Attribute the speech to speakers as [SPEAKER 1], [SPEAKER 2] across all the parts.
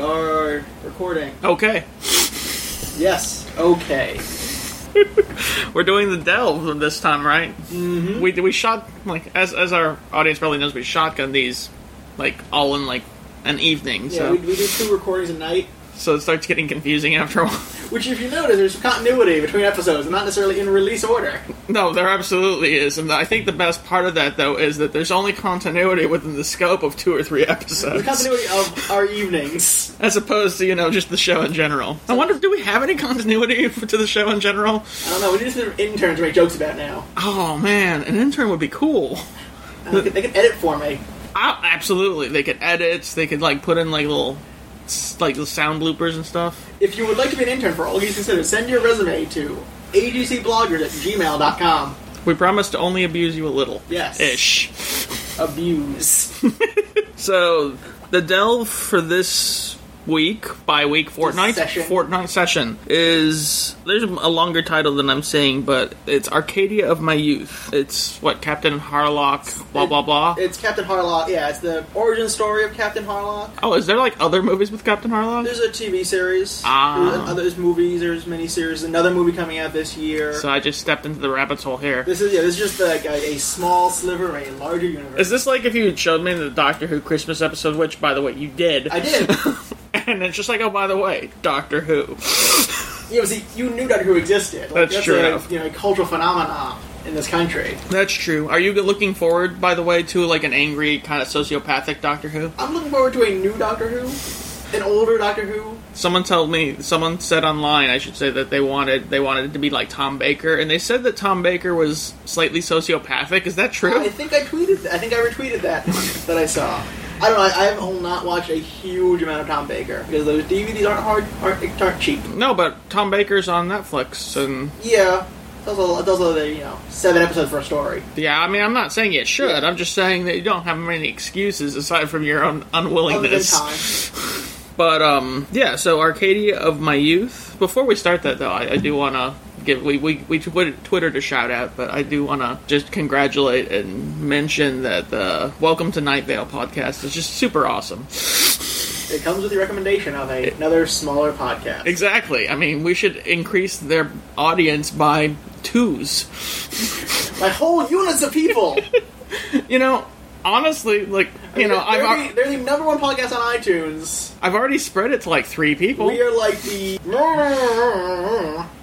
[SPEAKER 1] we're recording.
[SPEAKER 2] Okay,
[SPEAKER 1] Yes. Okay.
[SPEAKER 2] we're doing the delve this time, right?
[SPEAKER 1] Mm-hmm.
[SPEAKER 2] We we shot like as as our audience probably knows, we shotgun these like all in like an evening.
[SPEAKER 1] Yeah,
[SPEAKER 2] so
[SPEAKER 1] we, we do two recordings a night,
[SPEAKER 2] so it starts getting confusing after a while.
[SPEAKER 1] which, if you notice, there's continuity between episodes, and not necessarily in release order.
[SPEAKER 2] No, there absolutely is, and I think the best part of that though is that there's only continuity within the scope of two or three
[SPEAKER 1] The
[SPEAKER 2] episodes,
[SPEAKER 1] continuity of our evenings.
[SPEAKER 2] as opposed to you know just the show in general. I wonder, do we have any continuity to the show in general?
[SPEAKER 1] I don't know. We need some intern to make jokes about now.
[SPEAKER 2] Oh man, an intern would be cool.
[SPEAKER 1] Uh, They can, they can edit for me.
[SPEAKER 2] Ah, absolutely, they could edit. They could like put in like little, s- like little sound bloopers and stuff.
[SPEAKER 1] If you would like to be an intern for all you consider, send your resume to agcbloggers at gmail.com.
[SPEAKER 2] We promise to only abuse you a little.
[SPEAKER 1] Yes.
[SPEAKER 2] Ish.
[SPEAKER 1] Abuse.
[SPEAKER 2] So the delve for this week, by week, fortnight,
[SPEAKER 1] session.
[SPEAKER 2] fortnight session is there's a longer title than I'm saying, but it's Arcadia of My Youth. It's what Captain Harlock, blah
[SPEAKER 1] It-
[SPEAKER 2] blah blah.
[SPEAKER 1] It's Captain Harlock. Yeah, it's the origin story of Captain Harlock.
[SPEAKER 2] oh, is there like other movies with Captain Harlock?
[SPEAKER 1] There's a TV series.
[SPEAKER 2] Ah.
[SPEAKER 1] There's, another- there's movies. There's miniseries. Another movie coming out this year.
[SPEAKER 2] So I just stepped into the rabbit hole here.
[SPEAKER 1] this is yeah. This is just like a, a small sliver of a larger universe.
[SPEAKER 2] Is this like if you showed me the Doctor Who Christmas episode, which, by the way, you did?
[SPEAKER 1] I did. yeah,
[SPEAKER 2] and it's just like, oh, by the way, Doctor Who.
[SPEAKER 1] but see, you knew Doctor Who existed. Like,
[SPEAKER 2] That's true.
[SPEAKER 1] A, you know, a cultural phenomenon in this country.
[SPEAKER 2] That's true. Are you looking forward, by the way, to like an angry kind of sociopathic Doctor Who?
[SPEAKER 1] I'm looking forward to a new Doctor Who, an older Doctor Who.
[SPEAKER 2] Someone told me, someone said online, I should say that they wanted they wanted it to be like Tom Baker, and they said that Tom Baker was slightly sociopathic. Is that
[SPEAKER 1] I
[SPEAKER 2] true?
[SPEAKER 1] think I tweeted. I think I retweeted that that I saw. I don't know. I, I have not watched a huge amount of Tom Baker because those DVDs aren't hard, aren't, aren't cheap.
[SPEAKER 2] No, but Tom Baker's on Netflix, and
[SPEAKER 1] Yeah, those are, those are the you know seven episodes for a story.
[SPEAKER 2] yeah, I mean, I'm not saying it should.
[SPEAKER 1] Yeah.
[SPEAKER 2] I'm just saying that you don't have many excuses aside from your own
[SPEAKER 1] Other than
[SPEAKER 2] unwillingness.
[SPEAKER 1] time,
[SPEAKER 2] But um, yeah. So Arcadia of my youth. Before we start that though, I, I do want to give we we we twit- Twittered a shout out, but I do want to just congratulate and mention that the Welcome to Night Vale podcast is just super awesome.
[SPEAKER 1] it comes with the recommendation of a, another smaller podcast.
[SPEAKER 2] Exactly. I mean, we should increase their audience by twos.
[SPEAKER 1] My whole units of people.
[SPEAKER 2] You know, honestly, like you know,
[SPEAKER 1] they're,
[SPEAKER 2] I've
[SPEAKER 1] the, they're the number one podcast on iTunes.
[SPEAKER 2] I've already spread it to like three people.
[SPEAKER 1] We are like the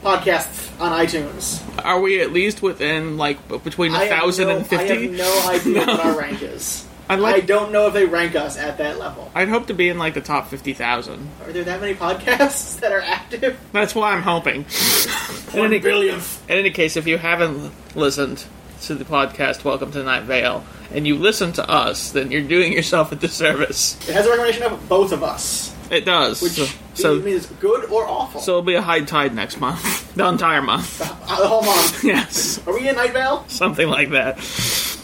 [SPEAKER 1] podcasts on iTunes.
[SPEAKER 2] Are we at least within like b- between
[SPEAKER 1] I
[SPEAKER 2] a
[SPEAKER 1] have
[SPEAKER 2] thousand
[SPEAKER 1] no-
[SPEAKER 2] and fifty?
[SPEAKER 1] I have no idea what our rank is.
[SPEAKER 2] I like-
[SPEAKER 1] I don't know if they rank us at that level.
[SPEAKER 2] I'd hope to be in like the top fifty thousand.
[SPEAKER 1] Are there that many podcasts that are active?
[SPEAKER 2] That's why I'm hoping. in,
[SPEAKER 1] One
[SPEAKER 2] any, in
[SPEAKER 1] billionth.
[SPEAKER 2] any case, if you haven't l- listened to the podcast Welcome to Night Vale, and you listen to us, then you're doing yourself a disservice.
[SPEAKER 1] It has a recommendation of both of us,
[SPEAKER 2] It does.
[SPEAKER 1] which
[SPEAKER 2] so,
[SPEAKER 1] so,
[SPEAKER 2] so,
[SPEAKER 1] means good or awful.
[SPEAKER 2] so it'll be a high tide next month. the entire month.
[SPEAKER 1] Uh, the whole month.
[SPEAKER 2] yes.
[SPEAKER 1] Are we in Night Vale?
[SPEAKER 2] Something like that.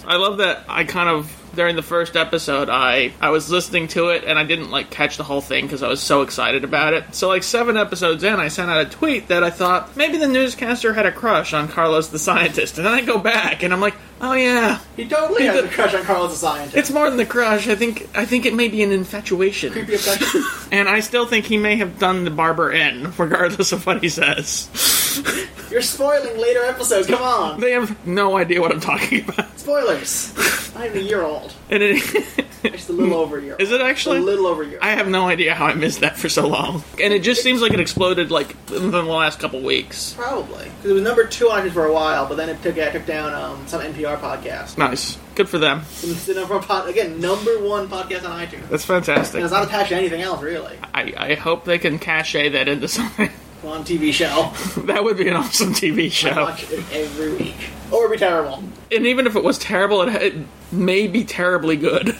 [SPEAKER 2] I love that I kind of. During the first episode, I, I was listening to it and I didn't like catch the whole thing because I was so excited about it. So like seven episodes in, I sent out a tweet that I thought maybe the newscaster had a crush on Carlos the scientist, and then I go back and I'm like, oh yeah,
[SPEAKER 1] He totally has
[SPEAKER 2] did-
[SPEAKER 1] a crush on Carlos the scientist.
[SPEAKER 2] it's more than the crush. I think I think it may be an infatuation,
[SPEAKER 1] creepy obsession.
[SPEAKER 2] and I still think he may have done the barber in, regardless of what he says.
[SPEAKER 1] You're spoiling later episodes. Come on,
[SPEAKER 2] They have no idea what I'm talking about.
[SPEAKER 1] spoilers. I'm a year old.
[SPEAKER 2] And it,
[SPEAKER 1] Just a little over a year.
[SPEAKER 2] is it actually?
[SPEAKER 1] a little over a year?
[SPEAKER 2] I have no idea how I missed that for so long. And it just seems like it exploded like in the last couple weeks.
[SPEAKER 1] Probably because it was number two on iTunes for a while, but then it took it took down um, some NPR podcast.
[SPEAKER 2] Nice. Good for them.
[SPEAKER 1] It's the number one pod, again number one podcast on iTunes,
[SPEAKER 2] That's
[SPEAKER 1] and
[SPEAKER 2] fantastic.
[SPEAKER 1] it's not attached to anything else really.
[SPEAKER 2] I, I hope they can cachet that into something.
[SPEAKER 1] On TV show,
[SPEAKER 2] that would be an awesome TV
[SPEAKER 1] I
[SPEAKER 2] show.
[SPEAKER 1] watch it every week, or it'd be terrible.
[SPEAKER 2] And even if it was terrible, it, it may be terribly good.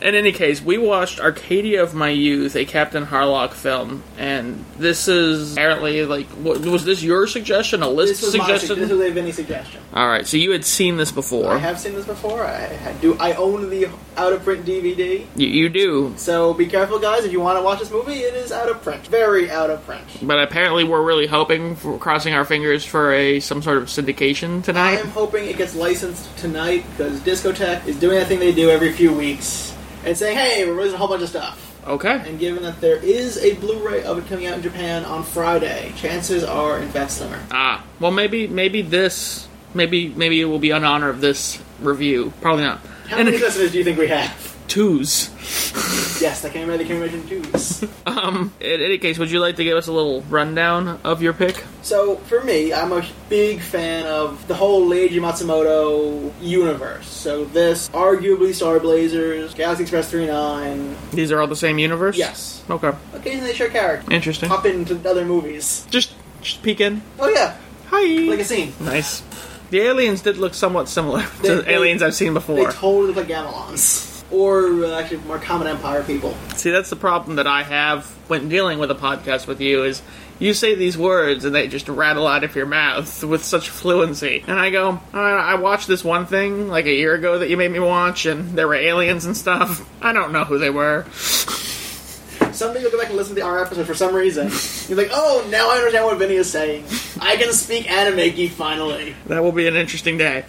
[SPEAKER 2] In any case, we watched Arcadia of My Youth, a Captain Harlock film, and this is apparently like, what, was this your suggestion? A list
[SPEAKER 1] This was my
[SPEAKER 2] suggestion?
[SPEAKER 1] suggestion. This was a Vinny suggestion.
[SPEAKER 2] All right, so you had seen this before.
[SPEAKER 1] I have seen this before. I do. I own the out of print DVD.
[SPEAKER 2] you, you do,
[SPEAKER 1] So be careful, guys. If you want to watch this movie, it is out of print, very out of print.
[SPEAKER 2] but apparently we're really hoping, for, crossing our fingers for a some sort of syndication
[SPEAKER 1] I
[SPEAKER 2] tonight.
[SPEAKER 1] am hoping it gets licensed tonight because Discotech is doing that thing they do every few weeks and saying, "Hey, we're releasing a whole bunch of stuff."
[SPEAKER 2] Okay.
[SPEAKER 1] And given that there is a Blu-ray of it coming out in Japan on Friday, chances are in fact slimmer.
[SPEAKER 2] Ah, well, maybe maybe this maybe maybe it will be in honor of this review. Probably not.
[SPEAKER 1] How
[SPEAKER 2] And
[SPEAKER 1] many listeners do you think we have?
[SPEAKER 2] twos.
[SPEAKER 1] Yes, that came out of the Convention Jews.
[SPEAKER 2] Um, in any case, would you like to give us a little rundown of your pick?
[SPEAKER 1] So for me, I'm a big fan of the whole Leiji Matsumoto universe. So this, arguably Star Blazers, Galaxy Express 39.
[SPEAKER 2] These are all the same universe.
[SPEAKER 1] Yes.
[SPEAKER 2] Okay.
[SPEAKER 1] Occasionally they share characters.
[SPEAKER 2] Interesting.
[SPEAKER 1] Pop into other movies.
[SPEAKER 2] Just just peek in.
[SPEAKER 1] Oh yeah,
[SPEAKER 2] Hi.
[SPEAKER 1] like a scene.
[SPEAKER 2] nice. The aliens did look somewhat similar to
[SPEAKER 1] They-
[SPEAKER 2] the
[SPEAKER 1] they-
[SPEAKER 2] aliens I've seen
[SPEAKER 1] They
[SPEAKER 2] before.
[SPEAKER 1] totally look like Gamelons. Or uh, actually, more common Empire people.
[SPEAKER 2] See, that's the problem that I have when dealing with a podcast with you is you say these words and they just rattle out of your mouth with such fluency. And I go, I, I watched this one thing like a year ago that you made me watch, and there were aliens and stuff. I don't know who they were.
[SPEAKER 1] Someday you'll go back and listen to our episode for some reason. You're like, oh, now I understand what Vinny is saying. I can speak anime geek finally.
[SPEAKER 2] That will be an interesting day.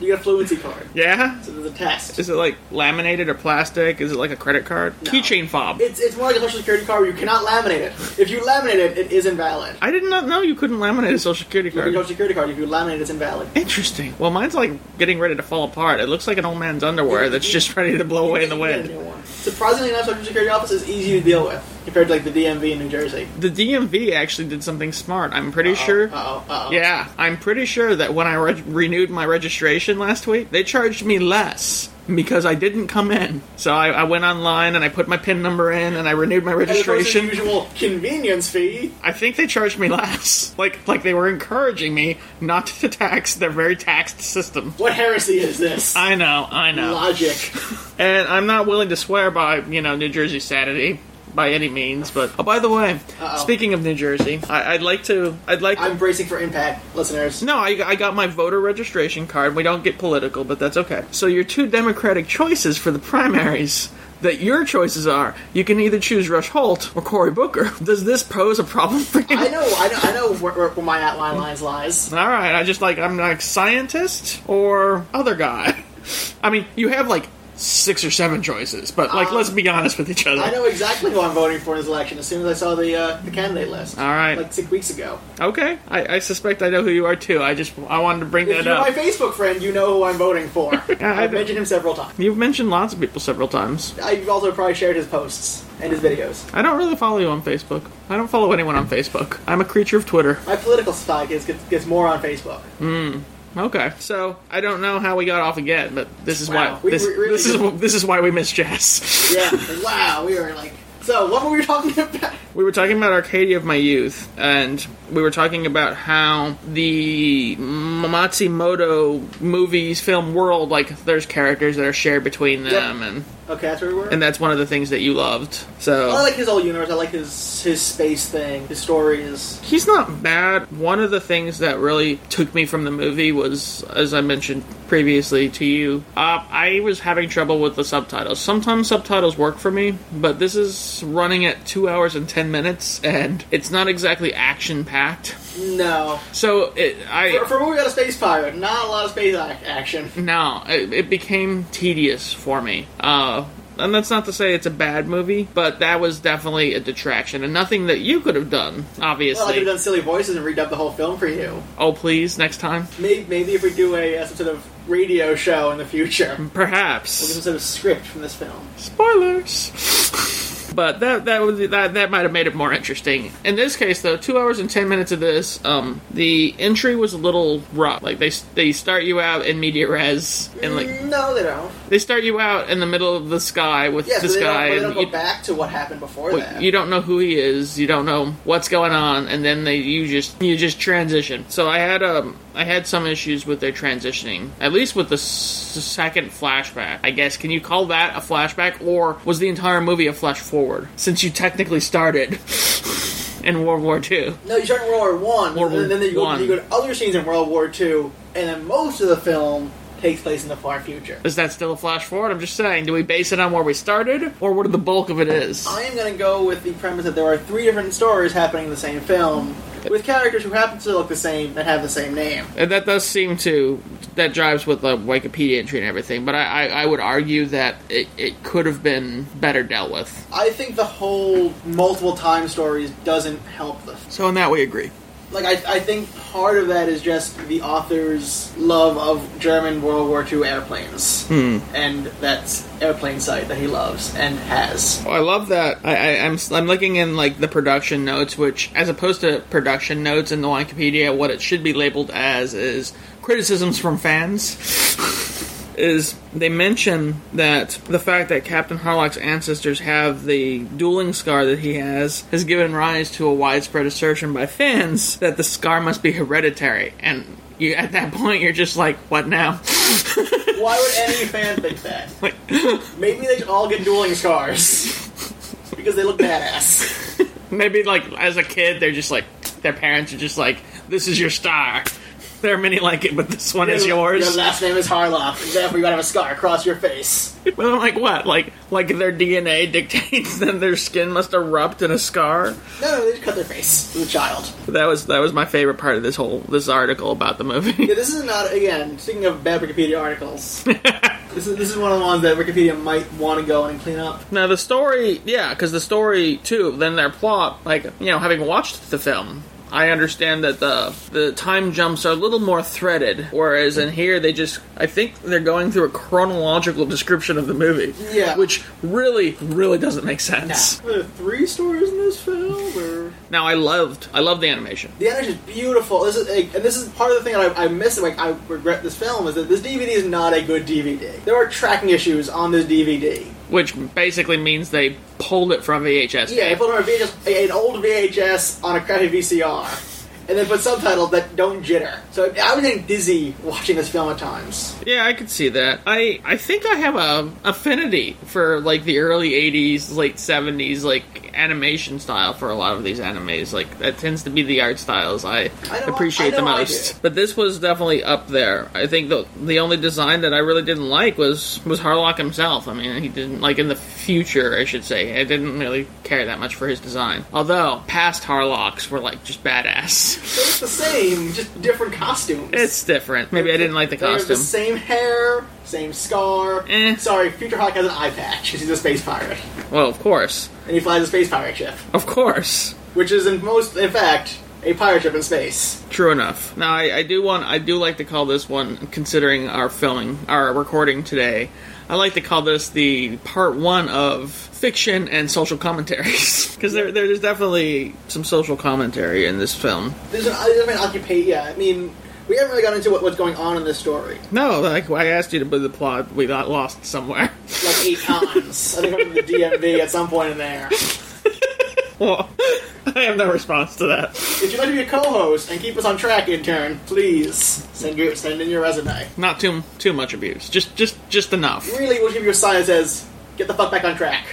[SPEAKER 1] You get a fluency card.
[SPEAKER 2] Yeah?
[SPEAKER 1] So there's a test.
[SPEAKER 2] Is it like laminated or plastic? Is it like a credit card?
[SPEAKER 1] No.
[SPEAKER 2] Keychain fob.
[SPEAKER 1] It's, it's more like a social security card where you cannot laminate it. If you laminate it, it is invalid.
[SPEAKER 2] I did not know you couldn't laminate a social security
[SPEAKER 1] Your social
[SPEAKER 2] card.
[SPEAKER 1] security card, if you laminate it, it's invalid.
[SPEAKER 2] Interesting. Well, mine's like getting ready to fall apart. It looks like an old man's underwear that's just ready to blow away in the
[SPEAKER 1] You get a
[SPEAKER 2] wind.
[SPEAKER 1] new one. Surprisingly enough, social security office is easy to deal with compared to like the DMV in New Jersey.
[SPEAKER 2] The DMV actually did something smart. I'm pretty sure.
[SPEAKER 1] Uh oh. Uh oh.
[SPEAKER 2] Yeah, I'm pretty sure that when I re- renewed my registration last week, they charged me less because I didn't come in. So I, I went online and I put my PIN number in and I renewed my
[SPEAKER 1] As opposed to the
[SPEAKER 2] registration.
[SPEAKER 1] usual convenience fee.
[SPEAKER 2] I think they charged me less. Like like they were encouraging me not to tax their very taxed system.
[SPEAKER 1] What heresy is this?
[SPEAKER 2] I know, I know.
[SPEAKER 1] Logic.
[SPEAKER 2] And I'm not willing to swear by, you know, New Jersey sanity by any means, but oh by the way,
[SPEAKER 1] Uh-oh.
[SPEAKER 2] speaking of New Jersey, I, I'd like to I'd like
[SPEAKER 1] I'm bracing for impact, listeners.
[SPEAKER 2] No, I, I got my voter registration card. We don't get political, but that's okay. So your two Democratic choices for the primaries that your choices are, you can either choose Rush Holt or Cory Booker. Does this pose a problem for you?
[SPEAKER 1] I know, I know, I know where, where, where my outline lines lies.
[SPEAKER 2] All right, I just like I'm like scientist or other guy. I mean, you have like six or seven choices, but like
[SPEAKER 1] Um,
[SPEAKER 2] let's be honest with each other.
[SPEAKER 1] I know exactly who I'm voting for in this election as soon as I saw the uh, the candidate list.
[SPEAKER 2] All right.
[SPEAKER 1] like six weeks ago.
[SPEAKER 2] Okay, I, I suspect I know who you are too. I just I wanted to bring
[SPEAKER 1] If
[SPEAKER 2] that
[SPEAKER 1] you're
[SPEAKER 2] up.
[SPEAKER 1] my Facebook friend, you know who I'm voting for. I've mentioned him several times.
[SPEAKER 2] You've mentioned lots of people several times.
[SPEAKER 1] I've also probably shared his posts and his videos.
[SPEAKER 2] I don't really follow you on Facebook. I don't follow anyone on Facebook. I'm a creature of Twitter.
[SPEAKER 1] My political side gets, gets, gets more on Facebook.
[SPEAKER 2] Okay, so I don't know how we got off again, but this is
[SPEAKER 1] Wow.
[SPEAKER 2] why
[SPEAKER 1] We-
[SPEAKER 2] this,
[SPEAKER 1] we really
[SPEAKER 2] this is
[SPEAKER 1] did.
[SPEAKER 2] this is why we miss jazz.
[SPEAKER 1] Yeah, like, wow, we were like. So, what were we talking about?
[SPEAKER 2] we were talking about Arcadia of my youth, and we were talking about how the Matsumoto movies film world like there's characters that are shared between them, and
[SPEAKER 1] Okay, that's where we were.
[SPEAKER 2] and that's one of the things that you loved. So
[SPEAKER 1] I like his whole universe. I like his his space thing, his stories.
[SPEAKER 2] He's not bad. One of the things that really took me from the movie was, as I mentioned previously to you, uh, I was having trouble with the subtitles. Sometimes subtitles work for me, but this is running at two hours and ten minutes, and it's not exactly action packed.
[SPEAKER 1] No,
[SPEAKER 2] So it,
[SPEAKER 1] for,
[SPEAKER 2] I
[SPEAKER 1] for a movie about a space pirate, not a lot of space ac- action.
[SPEAKER 2] no, it, it became tedious for me. Uh, and that's not to say it's a bad movie, but that was definitely a detraction, and nothing that you could have done,
[SPEAKER 1] Well, I could
[SPEAKER 2] obviously.
[SPEAKER 1] have done silly voices and redubbed the whole film for you.
[SPEAKER 2] oh, please, next time,
[SPEAKER 1] Maybe, maybe if we do a, uh, some sort of radio show in the future, we'll
[SPEAKER 2] perhaps.
[SPEAKER 1] get some sort of script from this film.
[SPEAKER 2] Spoilers. But that that would that that might have made it more interesting. In this case, though, two hours and ten minutes of this, um, the entry was a little rough. Like they they start you out in media res, and like
[SPEAKER 1] Mm, no, they don't.
[SPEAKER 2] they start you out in the middle of the sky with
[SPEAKER 1] Yeah, so
[SPEAKER 2] this
[SPEAKER 1] they don't,
[SPEAKER 2] guy,
[SPEAKER 1] but they
[SPEAKER 2] and
[SPEAKER 1] don't go
[SPEAKER 2] you,
[SPEAKER 1] back to what happened before that.
[SPEAKER 2] you don't know who he is, you don't know what's going on, and then they you just you just transition. So I had um I had some issues with their transitioning, at least with the s- second flashback. I guess can you call that a flashback, or was the entire movie a flash forward since you technically started in World War II?
[SPEAKER 1] No, you start in World War One,
[SPEAKER 2] World
[SPEAKER 1] and then
[SPEAKER 2] War
[SPEAKER 1] you go,
[SPEAKER 2] One.
[SPEAKER 1] you go to other scenes in World War Two, and then most of the film takes place in the far future.
[SPEAKER 2] Is that still a flash forward? I'm just saying, do we base it on where we started, or what the bulk of it is?
[SPEAKER 1] I am going to go with the premise that there are three different stories happening in the same film with characters who happen to look the same and have the same name.
[SPEAKER 2] And that does seem to that drives with the Wikipedia entry and everything. But I, I, I would argue that it, it could have been better dealt with.
[SPEAKER 1] I think the whole multiple time stories doesn't help the
[SPEAKER 2] So in that we agree.
[SPEAKER 1] like I, I think part of that is just the author's love of German World War II airplanes, and that's airplane sight that he loves and has.
[SPEAKER 2] Oh, I love that. I, I, I'm I'm looking in like the production notes, which as opposed to production notes in the Wikipedia, what it should be labeled as is criticisms from fans. Is they mention that the fact that Captain Harlock's ancestors have the dueling scar that he has has given rise to a widespread assertion by fans that the scar must be hereditary, and you at that point you're just like, what now?
[SPEAKER 1] Why would any fan think that? Maybe they should all get dueling scars because they look badass.
[SPEAKER 2] Maybe like as a kid, they're just like their parents are just like, "This is your star." There are many like it, but this one is
[SPEAKER 1] Your
[SPEAKER 2] yours.
[SPEAKER 1] last name is Harloff. Therefore, you gotta have a scar across your face.
[SPEAKER 2] But I'm like, what? Like, like their DNA dictates that their skin must erupt in a scar.
[SPEAKER 1] No, no, they just cut their face as a child.
[SPEAKER 2] That was that was my favorite part of this whole this article about the movie.
[SPEAKER 1] Yeah, this is not again. Speaking of bad Wikipedia articles, this is this is one of the ones that Wikipedia might want to go and clean up.
[SPEAKER 2] now the story, yeah, because the story too. Then their plot, like you know, having watched the film. I understand that the the time jumps are a little more threaded, whereas in here they just I think they're going through a chronological description of the movie.
[SPEAKER 1] Yeah.
[SPEAKER 2] Which really, really doesn't make
[SPEAKER 1] Nah.
[SPEAKER 2] sense.
[SPEAKER 1] Were there three stories in this film, or
[SPEAKER 2] Now I loved I loved the animation.
[SPEAKER 1] the animation is beautiful. This is a, and this is part of the thing that I, I miss. Like I regret this film is that this DVD is not a good DVD. There are tracking issues on this DVD.
[SPEAKER 2] Which basically means they pulled it from VHS.
[SPEAKER 1] Yeah, I put on a VHS, a- an old VHS on a crappy VCR, and then put subtitles that don't jitter. So I was getting dizzy watching this film at times.
[SPEAKER 2] Yeah, I could see that. I I think I have a affinity for like the early '80s, late '70s, like animation style for a lot of these animes. Like that tends to be the art styles I,
[SPEAKER 1] I know-
[SPEAKER 2] appreciate
[SPEAKER 1] I
[SPEAKER 2] the
[SPEAKER 1] know I
[SPEAKER 2] most.
[SPEAKER 1] do.
[SPEAKER 2] but this was definitely up there. I think the the only design that I really didn't like was was Harlock himself. I mean, he didn't like in the future, I should say. I didn't really care that much for his design. Although past Harlocks were like just badass.
[SPEAKER 1] So it's the same, just different costumes.
[SPEAKER 2] It's different. Maybe I didn't like the
[SPEAKER 1] They have
[SPEAKER 2] costume.
[SPEAKER 1] The same hair, same scar.
[SPEAKER 2] Eh.
[SPEAKER 1] Sorry, Future Hawk has an eye patch. 'cause He's a space pirate,
[SPEAKER 2] Well, of course,
[SPEAKER 1] and he flies a space pirate ship,
[SPEAKER 2] of course.
[SPEAKER 1] which is in most, in fact, a pirate ship in space.
[SPEAKER 2] True enough. Now, I, I do want, I do like to call this one, considering our filming, our recording today, I like to call this the part one of fiction and social commentaries because there, there's definitely some social commentary in this film.
[SPEAKER 1] There's an, there's an occupation. Yeah, I mean, we haven't really got into what, what's going on in this story.
[SPEAKER 2] No, like I asked you to put the plot, we got lost somewhere.
[SPEAKER 1] Like eight times. I think I'm in the DMV at some point in there.
[SPEAKER 2] well, I have no response to that.
[SPEAKER 1] If you'd like to be a co-host and keep us on track, intern, please send your send in your resume.
[SPEAKER 2] Not too too much abuse, just just just enough.
[SPEAKER 1] Really, we'll give you a sign that says "Get the fuck back on track."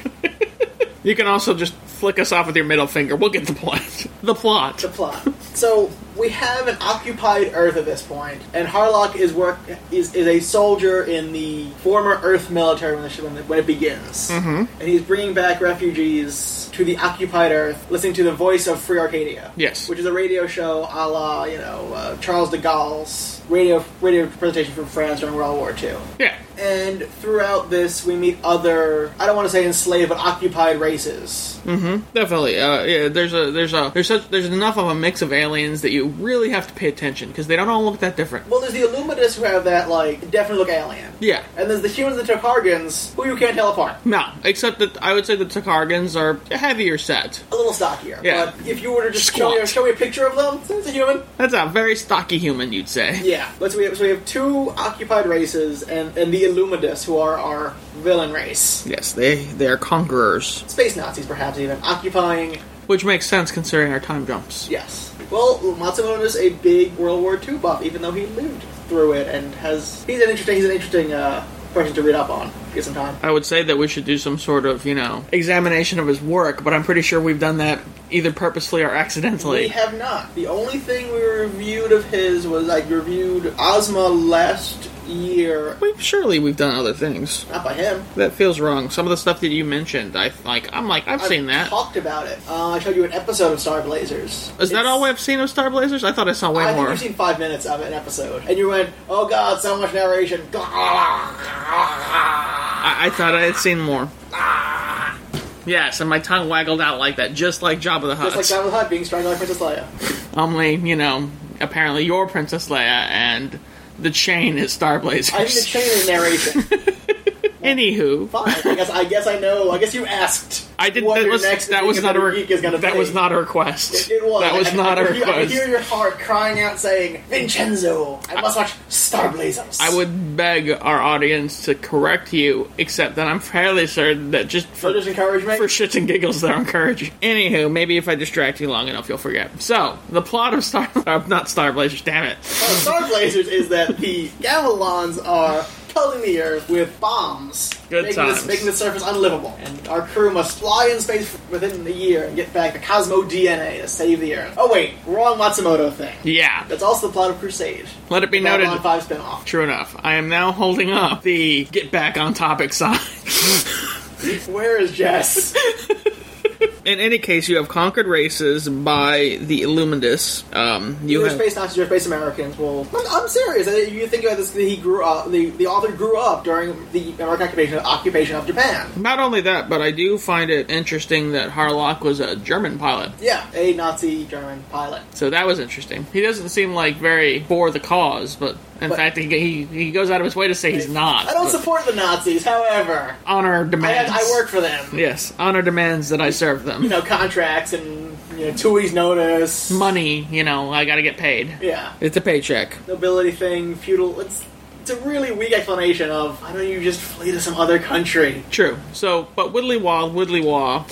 [SPEAKER 2] You can also just flick us off with your middle finger. We'll get the plot. The plot.
[SPEAKER 1] the plot. So we have an occupied Earth at this point, and Harlock is work is, is a soldier in the former Earth military when, the, when, the, when it begins, mm-hmm. and he's bringing back refugees to the occupied Earth, listening to the voice of Free Arcadia.
[SPEAKER 2] Yes.
[SPEAKER 1] which is a radio show a la you know uh, Charles de Gaulle's radio radio presentation from France during World War II.
[SPEAKER 2] Yeah.
[SPEAKER 1] And throughout this, we meet other, I don't want to say enslaved, but occupied races.
[SPEAKER 2] Hmm. Definitely, uh, yeah. There's a there's a there's such there's enough of a mix of aliens that you really have to pay attention because they don't all look that different.
[SPEAKER 1] Well, there's the Illuminatists who have that, like, definitely look alien.
[SPEAKER 2] Yeah,
[SPEAKER 1] And there's the humans and the Tokargans, who you can't tell apart.
[SPEAKER 2] no, except that I would say the Takargans are a heavier set.
[SPEAKER 1] A little stockier.
[SPEAKER 2] Yeah.
[SPEAKER 1] But if you were to just show me,
[SPEAKER 2] Squat.
[SPEAKER 1] show me a picture of them, it's a human.
[SPEAKER 2] That's a very stocky human, you'd say.
[SPEAKER 1] Yeah. But so we have, so we have two occupied races and, and the Illuminatists, who are our villain race.
[SPEAKER 2] Yes, they they are conquerors,
[SPEAKER 1] Space Nazis, perhaps, even. Occupying,
[SPEAKER 2] which makes sense considering our time jumps.
[SPEAKER 1] yes. Well, Matsumoto is a big World War II buff, even though he lived through it and has... He's an interesting, he's an interesting uh, person to read up on. Get some time.
[SPEAKER 2] I would say that we should do some sort of you know examination of his work, but I'm pretty sure we've done that either purposely or
[SPEAKER 1] We
[SPEAKER 2] accidentally.
[SPEAKER 1] have not. The only thing we reviewed of his was I reviewed Ozma last year.
[SPEAKER 2] We've surely we've done other things.
[SPEAKER 1] Not by him.
[SPEAKER 2] That feels wrong. Some of the stuff that you mentioned, I like. I'm like I've,
[SPEAKER 1] I've
[SPEAKER 2] seen that. Is
[SPEAKER 1] Talked about it. Uh, I showed you an episode of Star Blazers.
[SPEAKER 2] that all I've seen of Star Blazers? I thought I saw way
[SPEAKER 1] I think
[SPEAKER 2] more.
[SPEAKER 1] you've seen five minutes of an episode, and you went, "Oh God, so much narration."
[SPEAKER 2] I, I thought I had seen more. Yes, and my tongue waggled out like that, just like Jabba the Hutt.
[SPEAKER 1] Just like Jabba the Hutt being strangled by Princess Leia.
[SPEAKER 2] Only, you know, apparently you're Princess Leia, and the chain is Star Blazers.
[SPEAKER 1] I think the chain is narration.
[SPEAKER 2] Anywho,
[SPEAKER 1] Fine. I guess I guess I know. I guess you asked.
[SPEAKER 2] I didn't.
[SPEAKER 1] What
[SPEAKER 2] That
[SPEAKER 1] your
[SPEAKER 2] was,
[SPEAKER 1] next
[SPEAKER 2] that was
[SPEAKER 1] Geek
[SPEAKER 2] not a
[SPEAKER 1] of the
[SPEAKER 2] re-
[SPEAKER 1] Week is gonna
[SPEAKER 2] that
[SPEAKER 1] be.
[SPEAKER 2] was not a request.
[SPEAKER 1] It, it was.
[SPEAKER 2] That was
[SPEAKER 1] I, I,
[SPEAKER 2] not
[SPEAKER 1] I,
[SPEAKER 2] a
[SPEAKER 1] could hear- I could
[SPEAKER 2] request.
[SPEAKER 1] hear your heart crying out, saying, "Vincenzo, I must watch Star Blazers."
[SPEAKER 2] I would beg our audience to correct you, except that I'm fairly certain that just
[SPEAKER 1] So
[SPEAKER 2] for,
[SPEAKER 1] just encouragement.
[SPEAKER 2] for shits and giggles, they're encouraging. Anywho, maybe if I distract you long enough, you'll forget. So, the plot of Star, uh, not Star Blazers, damn it.
[SPEAKER 1] Oh, Star Blazers is that the Gamelons are pelting the Earth with bombs,
[SPEAKER 2] Good
[SPEAKER 1] making,
[SPEAKER 2] times.
[SPEAKER 1] The, making the surface unlivable. And our crew must fly in space within a year and get back the Cosmo DNA to save the Earth. Oh wait, wrong Matsumoto thing.
[SPEAKER 2] Yeah,
[SPEAKER 1] That's also the plot of Crusade.
[SPEAKER 2] let it be noted.
[SPEAKER 1] Babylon 5 spinoff.
[SPEAKER 2] True enough, I am now holding up the get back on topic sign.
[SPEAKER 1] Where is Jess?
[SPEAKER 2] In any case, you have conquered races by the Illuminus. Um, you
[SPEAKER 1] Your
[SPEAKER 2] have,
[SPEAKER 1] space Nazis, your space Americans. Well, I'm, I'm serious. If you think about this, he grew up. The, the author grew up during the American occupation, occupation of Japan.
[SPEAKER 2] Not only that, but I do find it interesting that Harlock was a German pilot.
[SPEAKER 1] Yeah, a Nazi German pilot.
[SPEAKER 2] So that was interesting. He doesn't seem like very for the cause, but in
[SPEAKER 1] But-
[SPEAKER 2] fact, he, he he goes out of his way to say he's not.
[SPEAKER 1] I don't
[SPEAKER 2] but
[SPEAKER 1] support the Nazis. However,
[SPEAKER 2] honor
[SPEAKER 1] I,
[SPEAKER 2] demands.
[SPEAKER 1] I work for them.
[SPEAKER 2] Yes, honor demands that I serve
[SPEAKER 1] You
[SPEAKER 2] them.
[SPEAKER 1] know, contracts and you know, two weeks notice,
[SPEAKER 2] Money, you know, I got to get paid.
[SPEAKER 1] yeah,
[SPEAKER 2] It's a paycheck.
[SPEAKER 1] nobility thing, feudal. It's it's a really weak explanation of I know you just flee to some other country.
[SPEAKER 2] True. So, but Woodley Wah, Woodley Wah,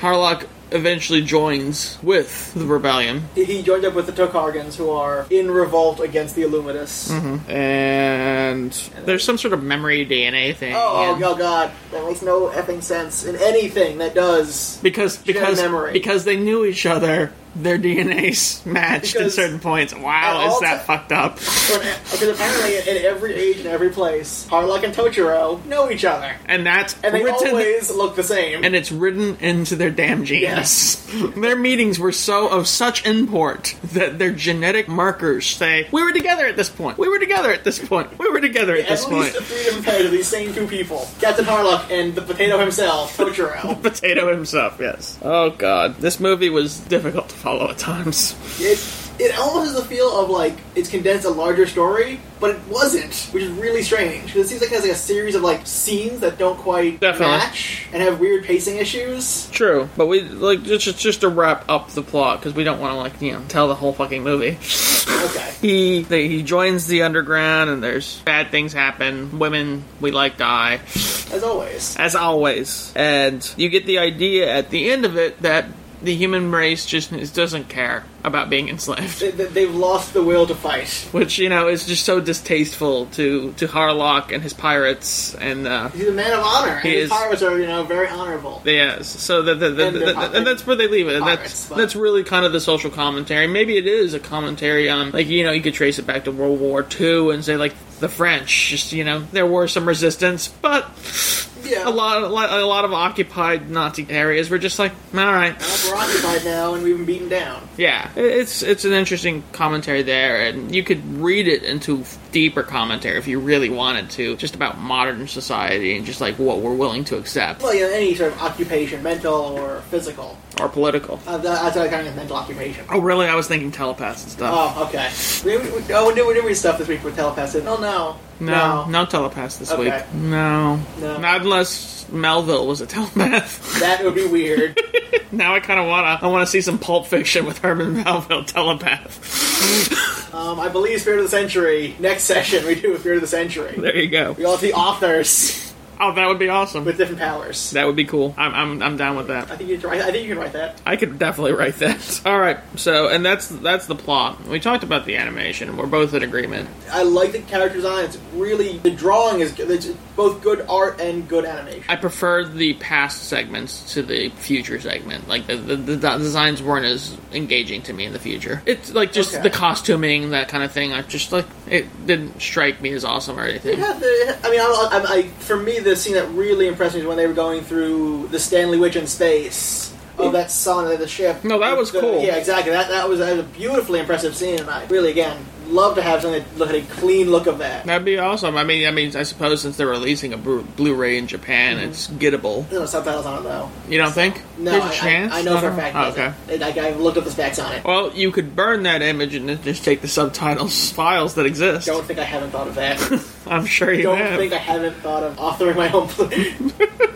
[SPEAKER 2] Harlock eventually joins with the rebellion,
[SPEAKER 1] He- He joined up with the Tokargans, who are in revolt against the Illuminus.
[SPEAKER 2] Mm-hmm. Hmm. and there's some sort of memory DNA thing.
[SPEAKER 1] Oh,
[SPEAKER 2] and-
[SPEAKER 1] oh, God, that makes no effing sense in anything that does.
[SPEAKER 2] because because
[SPEAKER 1] memory.
[SPEAKER 2] because they knew each other. Their DNAs matched
[SPEAKER 1] Because
[SPEAKER 2] at certain points.
[SPEAKER 1] at
[SPEAKER 2] Wow,
[SPEAKER 1] all
[SPEAKER 2] is that
[SPEAKER 1] ti-
[SPEAKER 2] fucked up?
[SPEAKER 1] uh, Because apparently, in every age and every place, Harlock and Tochiro know each other,
[SPEAKER 2] And that's
[SPEAKER 1] and they
[SPEAKER 2] written,
[SPEAKER 1] always look the same.
[SPEAKER 2] and it's written into their damn genes.
[SPEAKER 1] Yes.
[SPEAKER 2] their meetings were so of such import that their genetic markers say, "We were together at this point. We were together at this point. We were together at this
[SPEAKER 1] At least
[SPEAKER 2] point."
[SPEAKER 1] the three different pairs of these same two people Captain Harlock and the potato himself, Tochiro.
[SPEAKER 2] Potato himself, yes. Oh god, this movie was difficult to follow at times.
[SPEAKER 1] it, it almost has the feel of like it's condensed a larger story, but it wasn't, which is really strange. Because it seems like it has like a series of like scenes that don't quite
[SPEAKER 2] Definitely.
[SPEAKER 1] match and have weird pacing issues.
[SPEAKER 2] True, but we like just just, just to wrap up the plot because we don't want to like you know tell the whole fucking movie.
[SPEAKER 1] Okay.
[SPEAKER 2] He they, he joins the underground and there's bad things happen. Women we like die
[SPEAKER 1] As always.
[SPEAKER 2] as always, and you get the idea at the end of it that the human race just doesn't care about being enslaved.
[SPEAKER 1] They, they, they've lost the will to fight.
[SPEAKER 2] Which you know is just so distasteful to to Harlock and his pirates and uh,
[SPEAKER 1] He's a man of honor, and
[SPEAKER 2] He
[SPEAKER 1] his
[SPEAKER 2] is-
[SPEAKER 1] pirates are, you know, very honorable.
[SPEAKER 2] Yes. uh, So that that- that-
[SPEAKER 1] And the
[SPEAKER 2] that-
[SPEAKER 1] pop-
[SPEAKER 2] and that's where they leave it. And
[SPEAKER 1] pirates,
[SPEAKER 2] that's
[SPEAKER 1] but-
[SPEAKER 2] that's really kind of the social commentary. Maybe it is a commentary on like you know you could trace it back to World War II and say like the French just you know there were some resistance, but
[SPEAKER 1] Yeah.
[SPEAKER 2] a lot a lot- a lot of occupied Nazi areas were just like all right.
[SPEAKER 1] Uh, We're occupied now, and we've been beaten down.
[SPEAKER 2] Yeah, It- it's it's an interesting commentary there, and you could read it into deeper commentary if you really wanted to, just about modern society and just like what we're willing to accept
[SPEAKER 1] Well, you know, any sort of occupation, mental or physical.
[SPEAKER 2] or political.
[SPEAKER 1] Uh, that, that's what I kind of mental occupation.
[SPEAKER 2] Oh, really? I was thinking telepaths and stuff.
[SPEAKER 1] Oh, okay. We, we, we, oh, we did, we did read stuff this week with telepaths. Oh, no.
[SPEAKER 2] No, no, telepath this
[SPEAKER 1] Okay.
[SPEAKER 2] week. No.
[SPEAKER 1] No.
[SPEAKER 2] Not unless Melville was a telepath.
[SPEAKER 1] That would be weird.
[SPEAKER 2] now I kind of wanna I wanna see some Pulp Fiction with Herman Melville telepath.
[SPEAKER 1] um, I believe Spirit of the Century. Next session, we do Spirit of the Century.
[SPEAKER 2] There you go.
[SPEAKER 1] We all have the authors
[SPEAKER 2] Oh, that would be awesome.
[SPEAKER 1] with different powers.
[SPEAKER 2] That would be cool. I'm I'm, I'm down with that.
[SPEAKER 1] I think you can write. I think you can write that.
[SPEAKER 2] I could definitely write that. All right. So, and that's that's the plot. We talked about the animation. We're both in agreement.
[SPEAKER 1] I like the character design. It's really the drawing is. good. It's- both good art and good animation.
[SPEAKER 2] I prefer the past segments to the future segment. Like the the, the de- designs weren't as engaging to me in the future. It's like just
[SPEAKER 1] Okay.
[SPEAKER 2] the costuming, that kind of thing. I just like it didn't strike me as awesome or anything.
[SPEAKER 1] Yeah, the, I mean, I, I, I, for me, the scene that really impressed me is when they were going through the Stanley Witch in space. Oh, that sun of the ship.
[SPEAKER 2] No, that was
[SPEAKER 1] The-
[SPEAKER 2] cool.
[SPEAKER 1] Yeah, exactly. That that was, that was a beautifully impressive scene, and I really, again, love to have something that look at a clean look of that.
[SPEAKER 2] That'd be awesome. I mean, I mean, I suppose since they're releasing a Blu- Blu-ray in Japan, it's gettable.
[SPEAKER 1] There's no subtitles on it though.
[SPEAKER 2] You don't think?
[SPEAKER 1] Mm-hmm. No,
[SPEAKER 2] There's a
[SPEAKER 1] I- I-
[SPEAKER 2] chance.
[SPEAKER 1] I, know for a
[SPEAKER 2] Uh-huh.
[SPEAKER 1] fact.
[SPEAKER 2] Oh,
[SPEAKER 1] it
[SPEAKER 2] okay.
[SPEAKER 1] doesn't. It- I, I looked up the specs on it.
[SPEAKER 2] Well, you could burn that image and then just take the subtitles files that exist.
[SPEAKER 1] Don't think I haven't thought of that.
[SPEAKER 2] I'm sure you
[SPEAKER 1] don't
[SPEAKER 2] have.
[SPEAKER 1] think I haven't thought of authoring my own. Blu-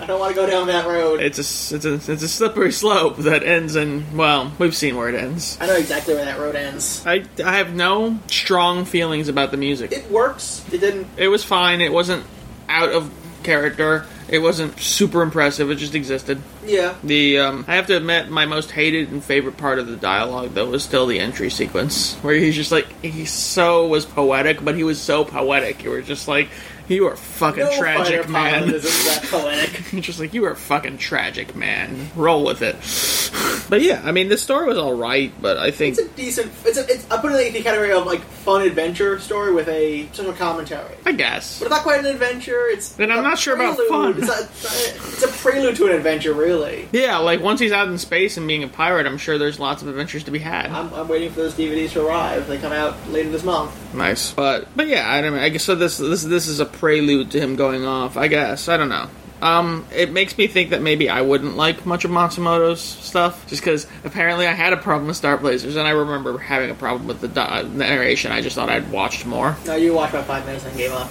[SPEAKER 1] I don't want to go down that road.
[SPEAKER 2] it's a s- it's a it's a slippery slope that ends in well, we've seen where it ends.
[SPEAKER 1] I know exactly where that road ends.
[SPEAKER 2] I I have no strong feelings about the music.
[SPEAKER 1] It works. It didn't
[SPEAKER 2] It was fine. It wasn't out of character. It wasn't super impressive. It just existed.
[SPEAKER 1] Yeah.
[SPEAKER 2] The um, I have to admit, my most hated and favorite part of the dialogue though was still the entry sequence, where he's just like he so was poetic, but he was so poetic. You were just like, you are fucking
[SPEAKER 1] No
[SPEAKER 2] tragic
[SPEAKER 1] fighter
[SPEAKER 2] man.
[SPEAKER 1] pilot is that poetic.
[SPEAKER 2] It's just like you are a fucking tragic man. Roll with it. But yeah, I mean, the story was all right, but I think
[SPEAKER 1] It's a decent. It's a. It's, I put it in the category of like fun adventure story with a social commentary.
[SPEAKER 2] I guess
[SPEAKER 1] But it's not quite an adventure. It's.
[SPEAKER 2] Then
[SPEAKER 1] it's
[SPEAKER 2] I'm
[SPEAKER 1] a
[SPEAKER 2] not sure about
[SPEAKER 1] prelude.
[SPEAKER 2] fun.
[SPEAKER 1] It's a, it's a prelude to an adventure, really.
[SPEAKER 2] yeah, like once he's out in space and being a pirate, I'm sure there's lots of adventures to be had.
[SPEAKER 1] I'm, I'm waiting for those DVDs to arrive. They come out later this month.
[SPEAKER 2] nice, but but yeah, I don't. know. I guess so. This this this is a prelude to him going off. I guess I don't know. Um, it makes me think that maybe I wouldn't like much of Matsumoto's stuff, just because apparently I had a problem with Star Blazers, and I remember having a problem with the di- narration. I just thought I'd watched more.
[SPEAKER 1] No, you watched about five minutes and gave up.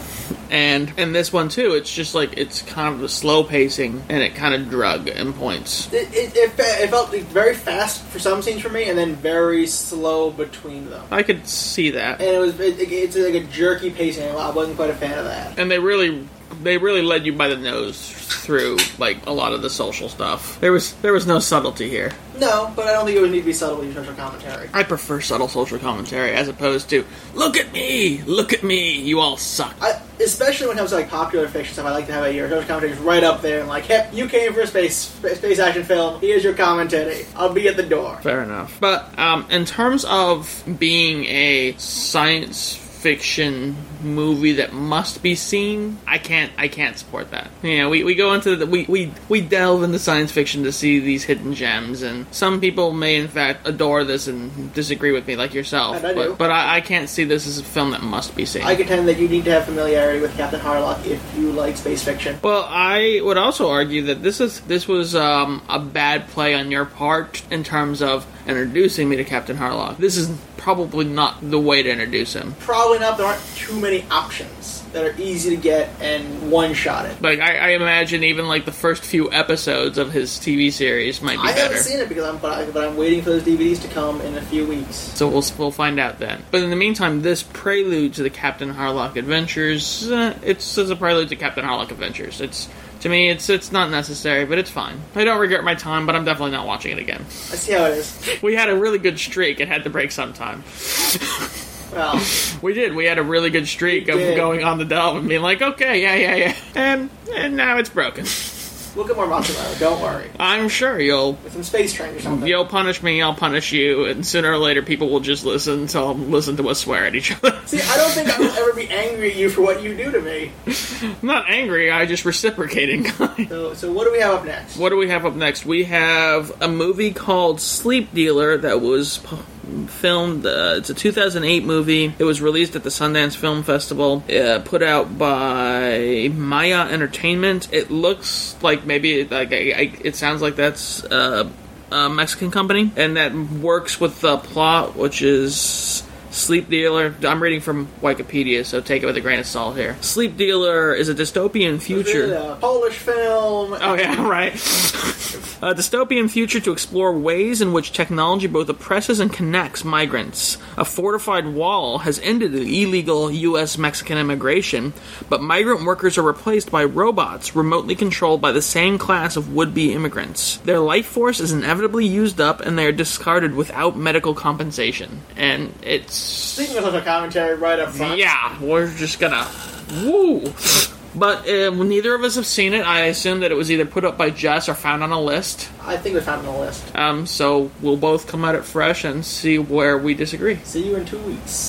[SPEAKER 2] and and this one too it's just like it's kind of a slow pacing and it kind of drug in points
[SPEAKER 1] It, it, it, fe- it felt very fast for some scenes for me, and then very slow between them.
[SPEAKER 2] i could see that
[SPEAKER 1] And it was it, it's like a jerky pacing. I wasn't quite a fan of that.
[SPEAKER 2] and they really they really led you by the nose through like a lot of the social stuff there was there was no subtlety here
[SPEAKER 1] No, but I don't think it would need to be subtle with your social commentary.
[SPEAKER 2] i prefer subtle social commentary as opposed to look at me look at me you all suck
[SPEAKER 1] I, especially when it comes to like popular fiction stuff, I like to have a your social commentary right up there and like, hey, you came for a space sp- space action film. Here's your commentary. I'll be at the door.
[SPEAKER 2] fair enough but um, in terms of being a science fiction movie that must be seen i can't i can't support that you know we, we go into the we, we we delve into science fiction to see these hidden gems and some people may in fact adore this and disagree with me like yourself
[SPEAKER 1] And I do.
[SPEAKER 2] but, but I, I can't see this as a film that must be seen
[SPEAKER 1] I contend that you need to have familiarity with Captain Harlock if you like space fiction.
[SPEAKER 2] Well, I would also argue that this is this was um, a bad play on your part in terms of introducing me to Captain Harlock. This is probably not the way to introduce him.
[SPEAKER 1] Probably not. There aren't too many options that are easy to get and one shot it.
[SPEAKER 2] Like I, I imagine, even like the first few episodes of his TV series might be
[SPEAKER 1] I
[SPEAKER 2] better.
[SPEAKER 1] haven't seen it because I'm but, I, but I'm waiting for those DVDs to come in a few weeks.
[SPEAKER 2] so we'll we'll find out then. But in the meantime, this prelude to the Captain Harlock adventures, uh, it's, it's a prelude to Captain Harlock adventures. It's to me, it's it's not necessary, but it's fine. I don't regret my time, but I'm definitely not watching it again.
[SPEAKER 1] I see how it is.
[SPEAKER 2] We had a really good streak. It had to break sometime.
[SPEAKER 1] Well,
[SPEAKER 2] We did. We had a really good streak
[SPEAKER 1] We
[SPEAKER 2] of
[SPEAKER 1] did.
[SPEAKER 2] going on the delve and being like, okay, yeah, yeah, yeah, and and now it's broken.
[SPEAKER 1] we'll get more Matsumoto. Don't worry.
[SPEAKER 2] I'm sure you'll
[SPEAKER 1] With some space train or something.
[SPEAKER 2] you'll punish me. I'll punish you, and sooner or later, people will just listen to listen to us swear at each other.
[SPEAKER 1] See, I don't think I will ever be angry at you for what you do to me.
[SPEAKER 2] I'm not angry. I just reciprocating.
[SPEAKER 1] So, so what do we have up next?
[SPEAKER 2] what do we have up next? We have a movie called Sleep Dealer that was p- filmed. Uh, it's a 2008 movie. It was released at the Sundance Film Festival. Uh, put out by Maya Entertainment. It looks like maybe like I, I, it sounds like that's. Uh, a Mexican company, and that works with the plot, which is Sleep Dealer. I'm reading from Wikipedia, so take it with a grain of salt here. Sleep Dealer is a dystopian future.
[SPEAKER 1] A Polish film.
[SPEAKER 2] Oh yeah, right. a dystopian future to explore ways in which technology both oppresses and connects migrants. A fortified wall has ended the illegal U.S. Mexican immigration, but migrant workers are replaced by robots remotely controlled by the same class of would-be immigrants. Their life force is inevitably used up, and they are discarded without medical compensation. And it's
[SPEAKER 1] Speaking of social commentary, right up front.
[SPEAKER 2] yeah, we're just gonna woo. But uh, neither of us have seen it. I assume that it was either put up by Jess or found on a list.
[SPEAKER 1] I think we found it on the list.
[SPEAKER 2] Um, so we'll both come at it fresh and see where we disagree.
[SPEAKER 1] See you in two weeks.